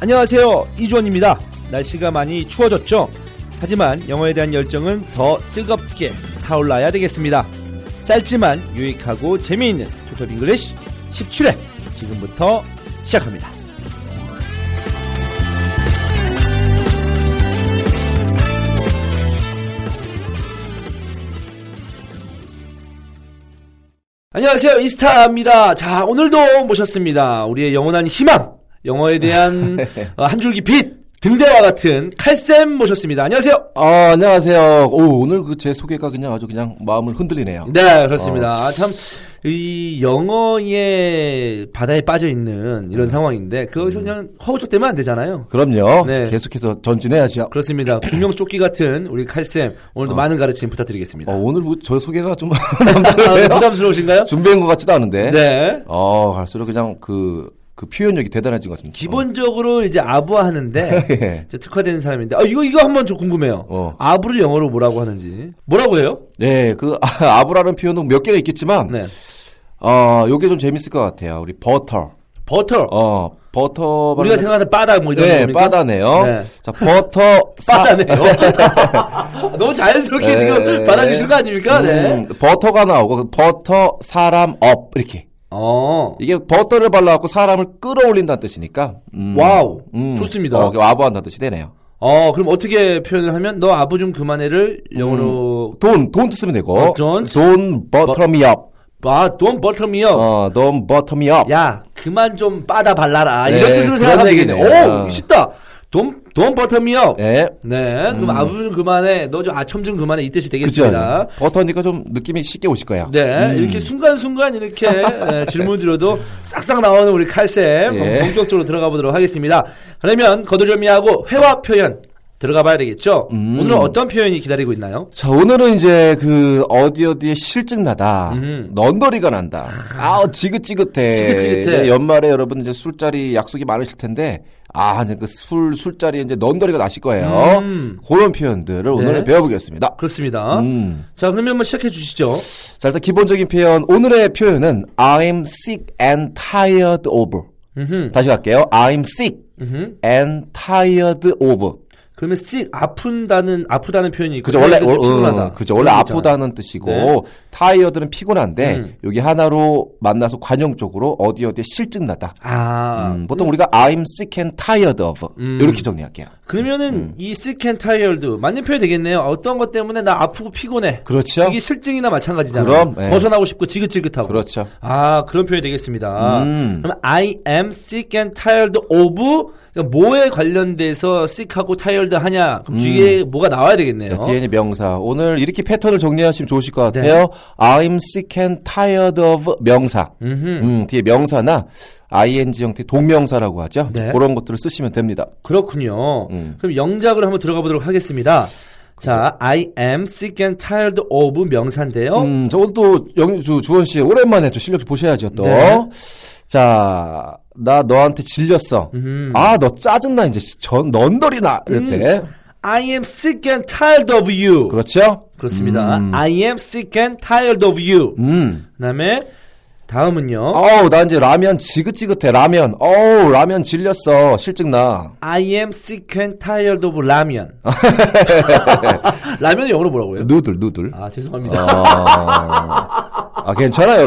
안녕하세요. 이주원입니다. 날씨가 많이 추워졌죠? 하지만 영어에 대한 열정은 더 뜨겁게 타올라야 되겠습니다. 짧지만 유익하고 재미있는 토탈 빙글리시 17회 지금부터 시작합니다. 안녕하세요. 이스타입니다. 자, 오늘도 모셨습니다. 우리의 영원한 희망, 영어에 대한 어, 한 줄기 빛, 등대와 같은 칼쌤 모셨습니다. 안녕하세요. 아, 안녕하세요. 오, 오늘 그 제 소개가 그냥 아주 그냥 마음을 흔들리네요. 네, 어. 그렇습니다. 참, 이 영어의 바다에 빠져 있는 이런 네. 상황인데, 거기서 음. 그냥 허우적대면 안 되잖아요. 그럼요. 네. 계속해서 전진해야죠. 그렇습니다. 공룡 조끼 같은 우리 칼쌤, 오늘도 많은 가르침 부탁드리겠습니다. 어, 오늘 뭐저 소개가 좀 아, 남다르네요. 부담스러우신가요? 준비한 것 같지도 않은데. 네. 어, 갈수록 그냥 그, 그 표현력이 대단해진 것 같습니다. 어, 기본적으로 이제 아부하는데, 예. 이제 특화된 사람인데 아 이거 이거 한번 좀 궁금해요. 어. 아부를 영어로 뭐라고 하는지 뭐라고 해요? 네, 그 아, 아부라는 표현은 몇 개가 있겠지만, 네 어, 요게 좀 재밌을 것 같아요. 우리 버터. 버터 어, 버터. 우리가 바르는- 생각하는 바다 뭐 이런 네, 겁니까? 빠다네요. 네. 자, 버터. 바다네요. 너무 자연스럽게 네. 지금 받아주신 거 아닙니까? 네. 음, 버터가 나오고 버터 사람 업 이렇게 어 이게 버터를 발라갖고 사람을 끌어올린다는 뜻이니까 음. 와우 좋습니다. 어, 와보한다는 뜻이 되네요 어 그럼 어떻게 표현을 하면 너 아부 좀 그만해를 영어로 돈, 돈 쓰면 되고 어, don't. Don't butter me up 아 don't butter me up. 어, Don't butter me up 야 그만 좀 빠다 발라라 네, 이런 뜻으로 그런 생각하면 되겠네. 얘기네요. 오 아. 쉽다. don't don't butter me up. 예. 네, 그럼 아부 좀 그만해, 너 좀 아첨 좀 그만해 이 뜻이 그죠 음. 되겠습니다. 버터니까 좀 느낌이 쉽게 오실 거야 네, 이렇게 순간순간 이렇게 예, 질문 드려도 싹싹 나오는 우리 칼쌤 예. 어, 본격적으로 들어가 보도록 하겠습니다. 그러면 거두절미하고 회화 표현 들어가 봐야 되겠죠. 음. 오늘은 어떤 표현이 기다리고 있나요? 자 오늘은 이제 그 어디 어디에 실증나다 음. 넌더리가 난다 아 지긋지긋해 지긋지긋해. 이제 연말에 여러분 이제 술자리 약속이 많으실 텐데 아 이제 그술 술자리에 이제 넌더리가 나실 거예요 음. 네. 그런 표현들을 오늘 배워보겠습니다 그렇습니다. 음. 자, 그러면 한번 시작해 주시죠. 자 일단 기본적인 표현 오늘의 표현은 I'm sick and tired of 음흠. 다시 갈게요 I'm sick 음흠. and tired of 그러면 씩 아픈다는 아프다는 표현이 있고 그죠 원래 이제 어, 피곤하다. 그렇죠. 어, 그죠 원래 그런 거잖아요. 아프다는 뜻이고 네. 타이어드는 피곤한데 음. 여기 하나로 만나서 관용적으로 어디 어디에 실증나다. 아, 음, 보통 우리가 I'm sick and tired of 음. 이렇게 정리할게요. 그러면은 음. 이 sick and tired 맞는 표현이 되겠네요. 어떤 것 때문에 나 아프고 피곤해. 그렇죠. 이게 실증이나 마찬가지잖아요. 그럼, 예. 벗어나고 싶고 지긋지긋하고. 그렇죠. 아 그런 표현이 되겠습니다. 음. 그럼 I am sick and tired of 그러니까 뭐에 관련돼서 sick하고 tired 하냐 그럼 뒤에 뭐가 나와야 되겠네요. 네. 자, 음. 그러니까 뒤에 있는 명사 오늘 이렇게 패턴을 정리하시면 좋으실 것 같아요. I'm sick and tired of 명사. 음, 뒤에 명사나 ing 형태 동명사라고 하죠. 네. 그런 것들을 쓰시면 됩니다. 그렇군요. 음. 그럼 영작으로 한번 들어가 보도록 하겠습니다. 자, I am sick and tired of 명사인데요. 음, 저 오늘 또 영, 주, 주원 씨 오랜만에 또 실력 보셔야죠 또. 네. 자, 나 너한테 질렸어. 아, 너 짜증나 이제 전 넌더리 나 이럴 때. 음. I am sick and tired of you. 그렇죠? 그렇습니다. I am sick and tired of you. 음. 그다음에 다음은요. 어우, 나 이제 라면 지긋지긋해. 라면. 어우, 라면 질렸어. 실증 나. I am sick and tired of 라면. 라면 영어로 뭐라고요? 누들 어. 누들. 아 죄송합니다. 어, 아, 괜찮아요.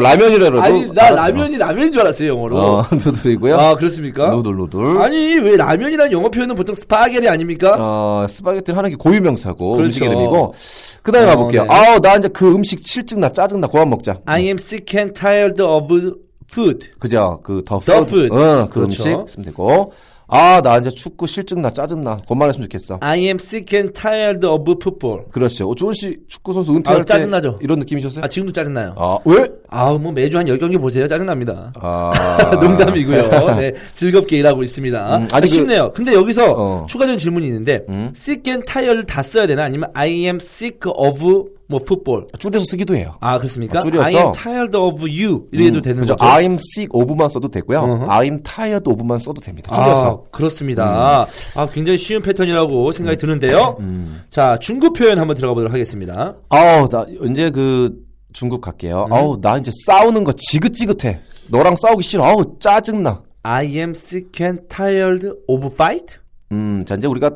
라면이라도. 아니 나 라면이 라면인 줄 알았어요 영어로. 어, 누들이고요. 아 그렇습니까? 누들, 누들. 아니 왜 라면이라는 영어 표현은 보통 스파게티 아닙니까? 어, 스파게티는 하나의 고유명사고 그렇죠. 음식 이름이고. 그다음에 어, 가볼게요. 네. 아우 나 이제 그 음식 실증나 짜증나 그만 먹자. I am sick and tired of food. 그죠? 그더 The food. 응, 그 그렇죠. 음식 쓰면 되고. 아 나 이제 축구 실증나 짜증나 그만 했으면 좋겠어. I am sick and tired of football. 그렇죠. 어, 조은 씨 축구 선수 은퇴할 아우, 때 짜증나죠. 이런 느낌이셨어요? 아 지금도 짜증나요. 아 왜? 아우 뭐 매주 한 10경기 보세요. 짜증납니다. 아 네. 농담이고요. 네, 즐겁게 일하고 있습니다. 음, 아니, 아, 그- 쉽네요. 근데 여기서 어. 음? 추가적인 질문이 있는데 sick and tired 다 써야 되나 아니면 I am sick of 뭐 football. 줄여서 쓰기도 해요. 아 그렇습니까? 아, 줄여서. I 음, am tired of you 이래도 되는 그죠? 거죠. I'm sick of만 써도 되고요. 어허. I'm tired of만 써도 됩니다. 아, 줄여서. 음. 그렇습니다. 아, 굉장히 쉬운 패턴이라고 생각이 드는데요. 자, 중급 표현 한번 들어가 보도록 하겠습니다. 아우 나 이제 그 중국 갈게요. 음. 아우 나 이제 싸우는 거 지긋지긋해. 너랑 싸우기 싫어. 아우 짜증나. I am sick and tired of fight. 음, 자 이제 우리가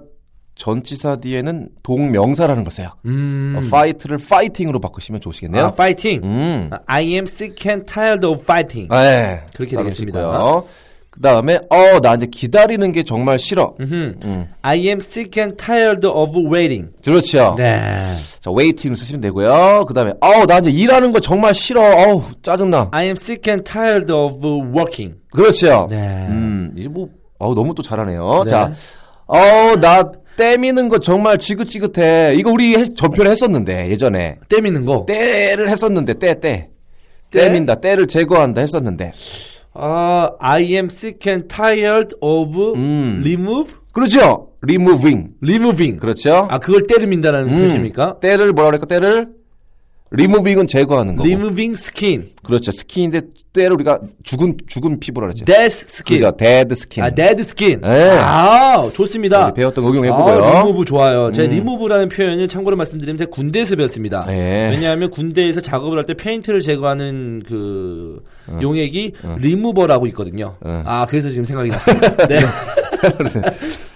전치사 뒤에는 동명사라는 걸 써요. 음. 어, fight를 fighting으로 바꾸시면 좋으시겠네요. 아, fighting. 음. 아, I am sick and tired of fighting. 네, 그렇게 따로 되겠습니다. 쓰고요. 그다음에 어 나 이제 기다리는 게 정말 싫어. 음. I am sick and tired of waiting. 그렇죠. 네. 자, 웨이팅을 쓰시면 되고요. 그다음에 아우 나 이제 일하는 거 정말 싫어. 아우 짜증나. I am sick and tired of working. 그렇죠. 네. 음, 이게 뭐 아우 너무 또 잘하네요. 네. 자. 아우 나 때미는 거 정말 지긋지긋해. 이거 우리 해- 전편에 했었는데 예전에 때미는 거. 때를 했었는데 때 때. 때? 때민다 때를 제거한다 했었는데. 아, I am sick and tired of 음. remove 그렇죠. removing. removing. 그렇죠. 아, 그걸 때를 민다라는 음, 뜻입니까? 때를 뭐라 그럴까? 때를 리무빙은 제거하는 거고. Removing skin. 그렇죠. 스킨인데 때를 우리가 죽은 죽은 피부라 그러죠. 그렇죠. Dead skin. 그죠. 데드 스킨. 아, dead skin. 네. 아, 좋습니다. 우리 배웠던 거 응용해보고요. 음. 아, 리무브 좋아요. 제 리무브라는 표현을 참고로 말씀드리면 제가 군대에서 배웠습니다. 네. 왜냐하면 군대에서 작업을 할 때 페인트를 제거하는 그 어. 용액이 리무버라고 있거든요. 응. 아, 그래서 지금 생각이 났습니다. 네.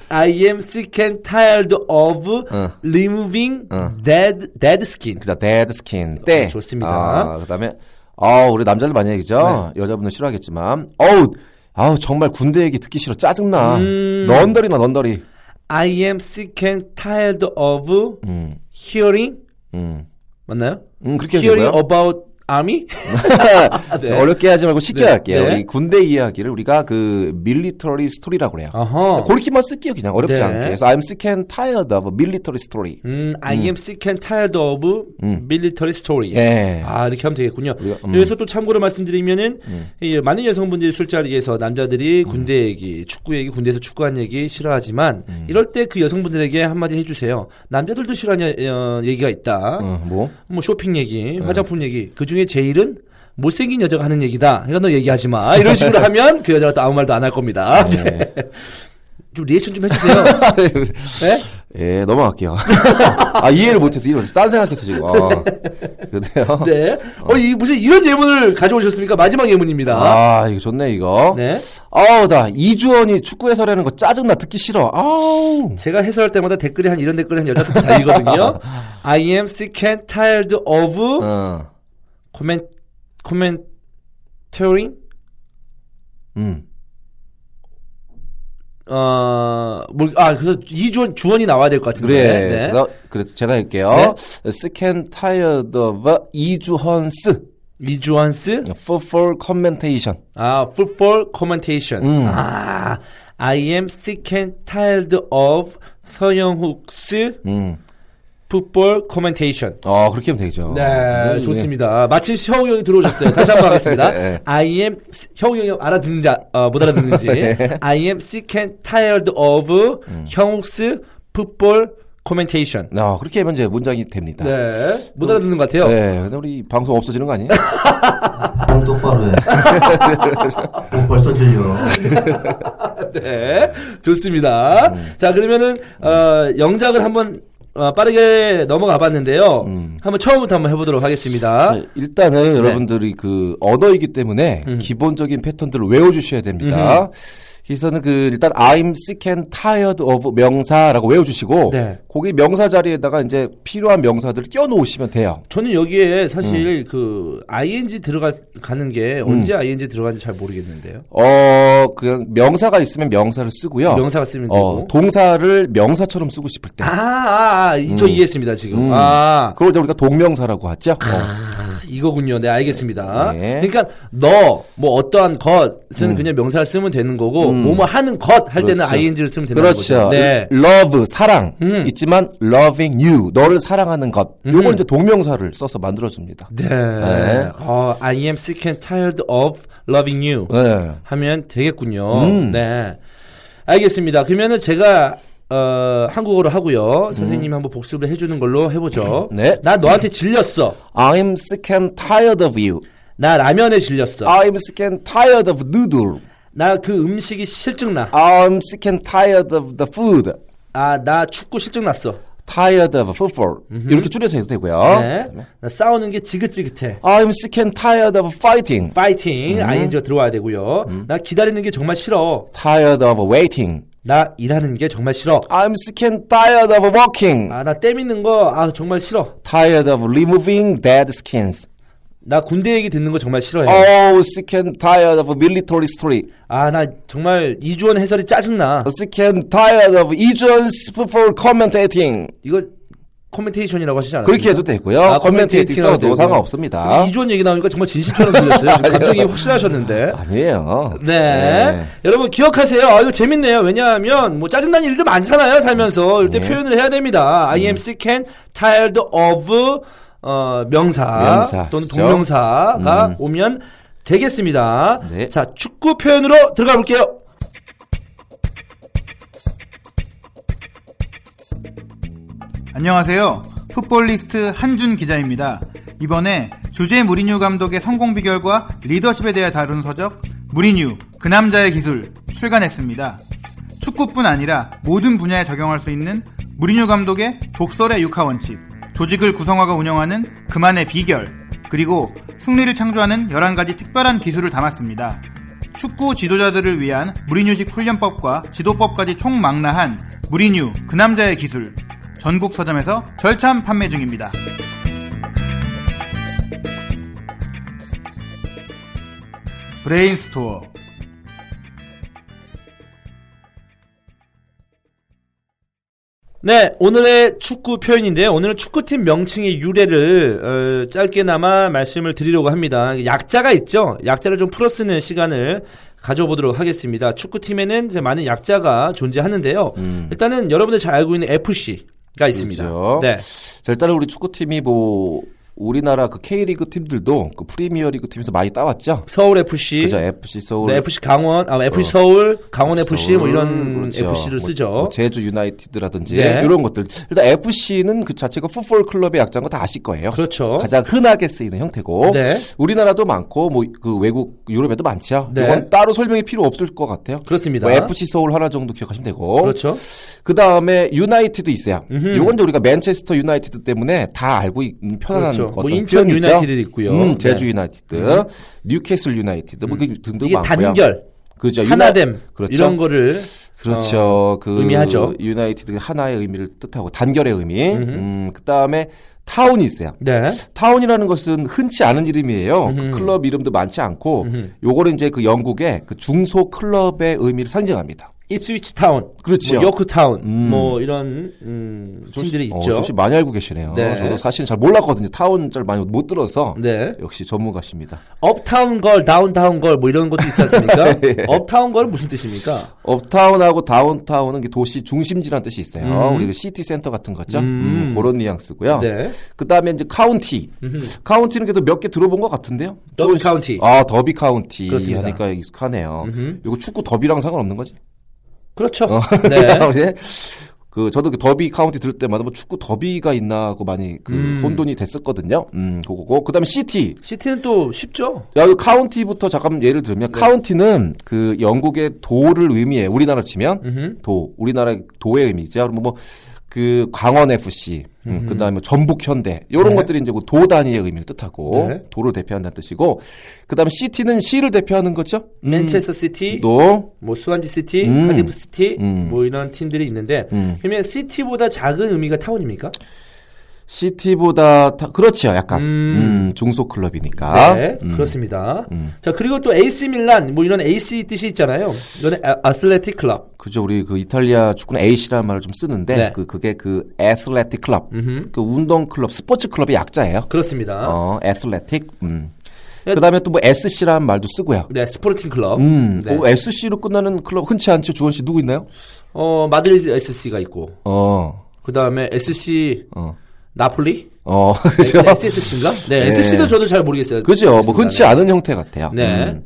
I am sick and tired of 응. removing 응. dead dead skin. 그죠. 데드 스킨. 때. 어, 좋습니다. 네. 아, 그다음에 아, 우리 남자들 많이 얘기죠. 여자분은 싫어하겠지만. 어우. 아우 정말 군대 얘기 듣기 싫어 짜증나 음. 넌더리나 넌더리 I am sick and tired of 음, hearing 음. 맞나요? 음 그렇게 해도 Hearing 되고요 about army? 네. 자, 어렵게 하지 말고 쉽게 네, 할게요. 네. 우리 군대 이야기를 우리가 그 밀리터리 스토리라고 그래요. 어허. 그렇게만 쓸게요, 그냥 어렵지 아. 네. 않게. 그래서 I'm sick and tired of military story. 음, I am sick and tired of military story. 음. 예. 아, 이렇게 하면 되겠군요. 우리가, 음. 여기서 또 참고로 말씀드리면은, 이 많은 여성분들이 술자리에서 음. 남자들이 군대 얘기, 축구 얘기, 군대에서 축구한 얘기 싫어하지만, 음. 이럴 때 그 여성분들에게 한마디 해주세요. 남자들도 싫어하는 어, 얘기가 있다. 어, 뭐? 뭐 쇼핑 얘기, 음. 화장품 얘기. 그 중에 제일은 못생긴 여자가 하는 얘기다. 그러니까 너 얘기하지 마. 이런 식으로 하면 그 여자가 또 아무 말도 안 할 겁니다. 네. 좀 리액션 좀 해주세요. 네? 예, 넘어갈게요. 아, 이해를 못해서, 이해를 못해서. 딴 생각해서 지금. 아, 그래요? 네. 어, 이 무슨 이런 예문을 가져오셨습니까? 마지막 예문입니다. 아, 이거 좋네, 이거. 네. 아우, 나, 이주원이 축구 해설하는 거 짜증나, 듣기 싫어. 아우. 제가 해설할 때마다 댓글이 한 이런 댓글이 한 열다섯 개 달리거든요. I am sick and tired of 어, comment commentary 음. 어, 뭐, 아, 그래서 이주원 주원이 나와야 될 것 같은데. 그래. 네. 그래서, 그래서 제가 할게요. sick and tired of 이주헌스. 이주원스 for commentation. 아, football commentation. 음. 아, I am sick and tired of 서영욱스 음. football commentation. 아 그렇게 하면 되죠. 네, 좋습니다. 마침 혁우 형이 들어오셨어요. 다시 한 번 하겠습니다. 예, 네. I am 혁우 형이 알아듣는지 아, 못 알아듣는지. 네. I am sick and tired of 음. 형욱스 풋볼 코멘테이션. 네. 아 그렇게 하면 이제 문장이 됩니다. 네, 못 알아듣는 것 같아요. 네, 근데 우리 방송 없어지는 거 아니에요? 말 아, 똑바로 해. 뭐 벌써 질려. 네, 좋습니다. 음. 자, 그러면은 어, 영작을 한번 어, 빠르게 넘어가 봤는데요. 한번 처음부터 한번 해보도록 하겠습니다. 자, 네. 음. 일단은 여러분들이 그 언어이기 때문에 기본적인 패턴들을 외워주셔야 됩니다. 그래서는 그 일단 I'm sick and tired of 명사라고 외워주시고 네. 거기 명사 자리에다가 이제 필요한 명사들을 껴놓으시면 돼요. 저는 여기에 음. 사실 그 ing 들어가는 게 언제 ing 들어가는지 잘 모르겠는데요. 어 그냥 명사가 있으면 명사를 쓰고요. 명사가 쓰면 어, 되고. 동사를 명사처럼 쓰고 싶을 때. 아, 아, 아, 이- 저 이해했습니다 지금. 음. 아, 그걸 이제 우리가 동명사라고 하죠. 어. 이거군요. 네, 알겠습니다. 네. 음. 그러니까 너 뭐 어떠한 것은 그냥 명사를 쓰면 되는 거고 뭐뭐 하는 것 할 때는 그렇죠. ing를 쓰면 되는 그렇죠. 거죠. 네. love 사랑 음. 있지만 loving you 너를 사랑하는 것. 음. 요건 이제 동명사를 써서 만들어 줍니다. 네. 네. 어, I am sick and tired of loving you. 네. 하면 되겠군요. 음. 네. 알겠습니다. 그러면은 제가 어, 한국어로 하고요. 선생님이 한번 복습을 해주는 걸로 해보죠. 음. 네. 나 너한테 질렸어. I'm sick and tired of you. 나 라면에 질렸어. I'm sick and tired of noodle. 나 그 음식이 실증나. I'm sick and tired of the food. 아, 나 축구 실증났어. Tired of football. 이렇게 줄여서 해도 되고요. 네. 나 싸우는 게 지긋지긋해. I'm sick and tired of fighting. 파이팅. 음. ing가 들어와야 되고요. 나 기다리는 게 정말 싫어. Tired of waiting. 나 일하는 게 정말 싫어. I'm sick and tired of walking. 아, 나 때 미는 거 아, 정말 싫어. Tired of removing dead skins. 나 군대 얘기 듣는 거 정말 싫어해. Oh, sick and tired of military story. 아, 나 정말 이주원 해설이 짜증나. Sick and tired of 이준's football commentating. 이거 커멘테이션이라고 하시지 않아요? 그렇게 해도 되고요. 네. commentating 써도 상관없습니다. 이주원 얘기 나오니까 정말 진심처럼 들렸어요. 지금 감독이 확실하셨는데. 아니에요. 네. 여러분 기억하세요. 아, 이거 재밌네요. 왜냐하면 뭐 짜증나는 일도 많잖아요. 살면서. 이때 네. 음. 표현을 해야 됩니다. I am sick and tired of 어, 명사, 명사, 또는 그렇죠? 동명사가 음. 오면 되겠습니다. 네. 자, 축구 표현으로 들어가 볼게요. 안녕하세요. 풋볼리스트 한준 기자입니다. 이번에 주제 무리뉴 감독의 성공 비결과 리더십에 대해 다룬 서적 무리뉴 그 남자의 기술 출간했습니다. 축구뿐 아니라 모든 분야에 적용할 수 있는 무리뉴 감독의 독설의 육하 원칙, 조직을 구성화가 운영하는 그만의 비결, 그리고 승리를 창조하는 11가지 특별한 기술을 담았습니다. 축구 지도자들을 위한 무리뉴식 훈련법과 지도법까지 총망라한 무리뉴 그 남자의 기술 전국 서점에서 절찬 판매 중입니다. 브레인스토어 네, 오늘의 축구 표현인데요. 오늘은 축구팀 명칭의 유래를 어, 짧게나마 말씀을 드리려고 합니다. 약자가 있죠. 약자를 좀 풀어 쓰는 시간을 가져보도록 하겠습니다. 축구팀에는 이제 많은 약자가 존재하는데요. 일단은 여러분들 잘 알고 있는 FC가 있습니다. 음. 그렇죠. 네. 자, 일단은 우리 축구팀이 뭐 우리나라 그 K리그 팀들도 그 프리미어리그 팀에서 많이 따왔죠. 서울 FC, 그죠 FC 서울, 어. 네, FC 강원, 아, FC 서울, 강원 FC 뭐 서울, 이런 그렇죠. FC를 뭐, 쓰죠. 뭐 제주 유나이티드라든지 네. 이런 것들. 일단 FC는 그 자체가 풋볼 클럽의 약자인 거 다 아실 거예요. 그렇죠. 가장 흔하게 쓰이는 형태고 네. 우리나라도 많고 뭐 그 외국 유럽에도 많죠. 네. 이건 따로 설명이 필요 없을 것 같아요. 그렇습니다. 뭐 FC 서울 하나 정도 기억하시면 되고 그렇죠. 그 다음에 유나이티드 있어요. 요건 이제 우리가 맨체스터 유나이티드 때문에 다 알고 있는 편안한 그렇죠. 어떤 뭐 인천 표현이죠. 유나이티드 있고요. 음, 제주 네. 음. 유나이티드, 뉴캐슬 유나이티드 뭐 이게 등등 이게 많고요. 단결, 그죠. 유나- 하나됨 그렇죠. 이런 거를 그렇죠. 어, 그 의미하죠. 유나이티드 그 하나의 의미를 뜻하고 단결의 의미. 음, 그 다음에 타운이 있어요. 네. 타운이라는 것은 흔치 않은 이름이에요. 그 클럽 이름도 많지 않고 요거는 이제 그 영국의 그 중소 클럽의 의미를 상징합니다. 입스위치 타운, 그렇죠. 뭐 요크 타운, 음. 뭐 이런 음, 팀들이 어, 있죠. 조씨 많이 알고 계시네요. 네. 저도 사실 잘 몰랐거든요. 타운 잘 많이 못 들어서 네, 역시 전문가십니다. 업타운 걸, 다운타운 걸 뭐 이런 것도 있지 않습니까? 네. 업타운 걸 무슨 뜻입니까? 업타운하고 다운타운은 이게 도시 중심지라는 뜻이 있어요. 우리 그 시티 센터 같은 거죠. 음. 음. 그런 뉘앙스고요. 네. 그다음에 이제 카운티. 카운티는 그래도 몇 개 들어본 것 같은데요. 더비 조시- 카운티. 아 더비 카운티 그렇습니다. 하니까 익숙하네요. 이거 축구 더비랑 상관없는 거지? 그렇죠. 어, 네. 네. 그 저도 그 더비 카운티 들을 때마다 뭐 축구 더비가 있나 하고 많이 그 음. 혼돈이 됐었거든요. 음, 그거고 그다음에 시티. 시티는 또 쉽죠. 야, 이 카운티부터 잠깐 예를 들면 네. 카운티는 그 음. 영국의 도를 의미해. 우리나라 치면 도, 우리나라 의 도의 의미죠. 그러면 뭐 그 광원 FC, 음, 그다음에 전북 현대 이런 것들이 이제 그도 단위의 의미를 뜻하고 네. 도를 대표한다는 뜻이고 그다음에 시티는 시를 대표하는 거죠. 음. 맨체스터 시티, 도 뭐 수완지 시티, 음. 카디프 시티, 음. 뭐 이런 팀들이 있는데 음. 그러면 시티보다 작은 의미가 타운입니까? 시티보다 다, 그렇지요, 약간 음. 음, 중소 클럽이니까. 네, 음. 그렇습니다. 음. 자 그리고 또 AC 밀란 뭐 이런 AC 뜻이 있잖아요. 이거는 아, 아슬레틱 클럽. 그죠 우리 그 이탈리아 축구는 AC라는 말을 좀 쓰는데 네. 그 그게 그 애슬레틱 클럽 음흠. 그 운동 클럽 스포츠 클럽의 약자예요. 그렇습니다. 아. 어 애슬레틱 음. 그다음에 또 뭐 SC라는 말도 쓰고요. 네, 스포르팅 클럽. 음, 네. 어, SC로 끝나는 클럽 흔치 않죠. 주원 씨 누구 있나요? 어 마드리드 SC가 있고 어, 그 다음에 SC 어, 나폴리. 어, 그죠. SSC인가? 네, 네. SC도 저도 잘 모르겠어요. 그죠. 뭐 그렇습니다. 흔치 않은 형태 같아요. 네. 음.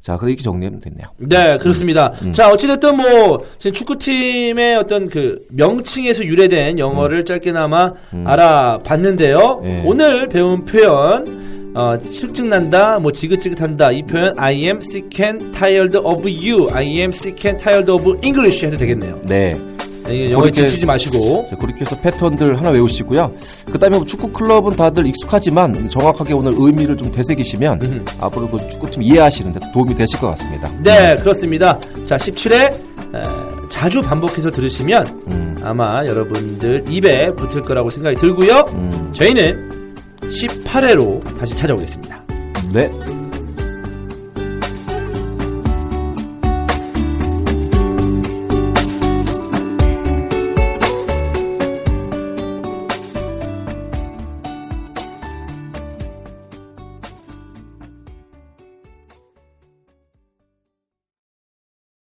자, 그럼 이렇게 정리하면 됐네요. 네, 그렇습니다. 음, 자, 어찌됐든 뭐, 지금 축구팀의 어떤 그 명칭에서 유래된 영어를 짧게나마 알아봤는데요. 음. 예. 오늘 배운 표현, 어, 실증난다, 뭐, 지긋지긋한다. 이 표현, I am sick and tired of you. I am sick and tired of English 해도 되겠네요. 네. 예, 영어에 그렇게- 지치지 마시고. 자, 그렇게 해서 패턴들 하나 외우시고요. 그다음에 뭐 축구 클럽은 다들 익숙하지만 정확하게 오늘 의미를 좀 되새기시면 음. 앞으로 그 축구팀 이해하시는데 도움이 되실 것 같습니다. 네, 그렇습니다. 자, 17회, 자주 반복해서 들으시면 음. 아마 여러분들 입에 붙을 거라고 생각이 들고요. 음. 저희는 18회로 다시 찾아오겠습니다. 네.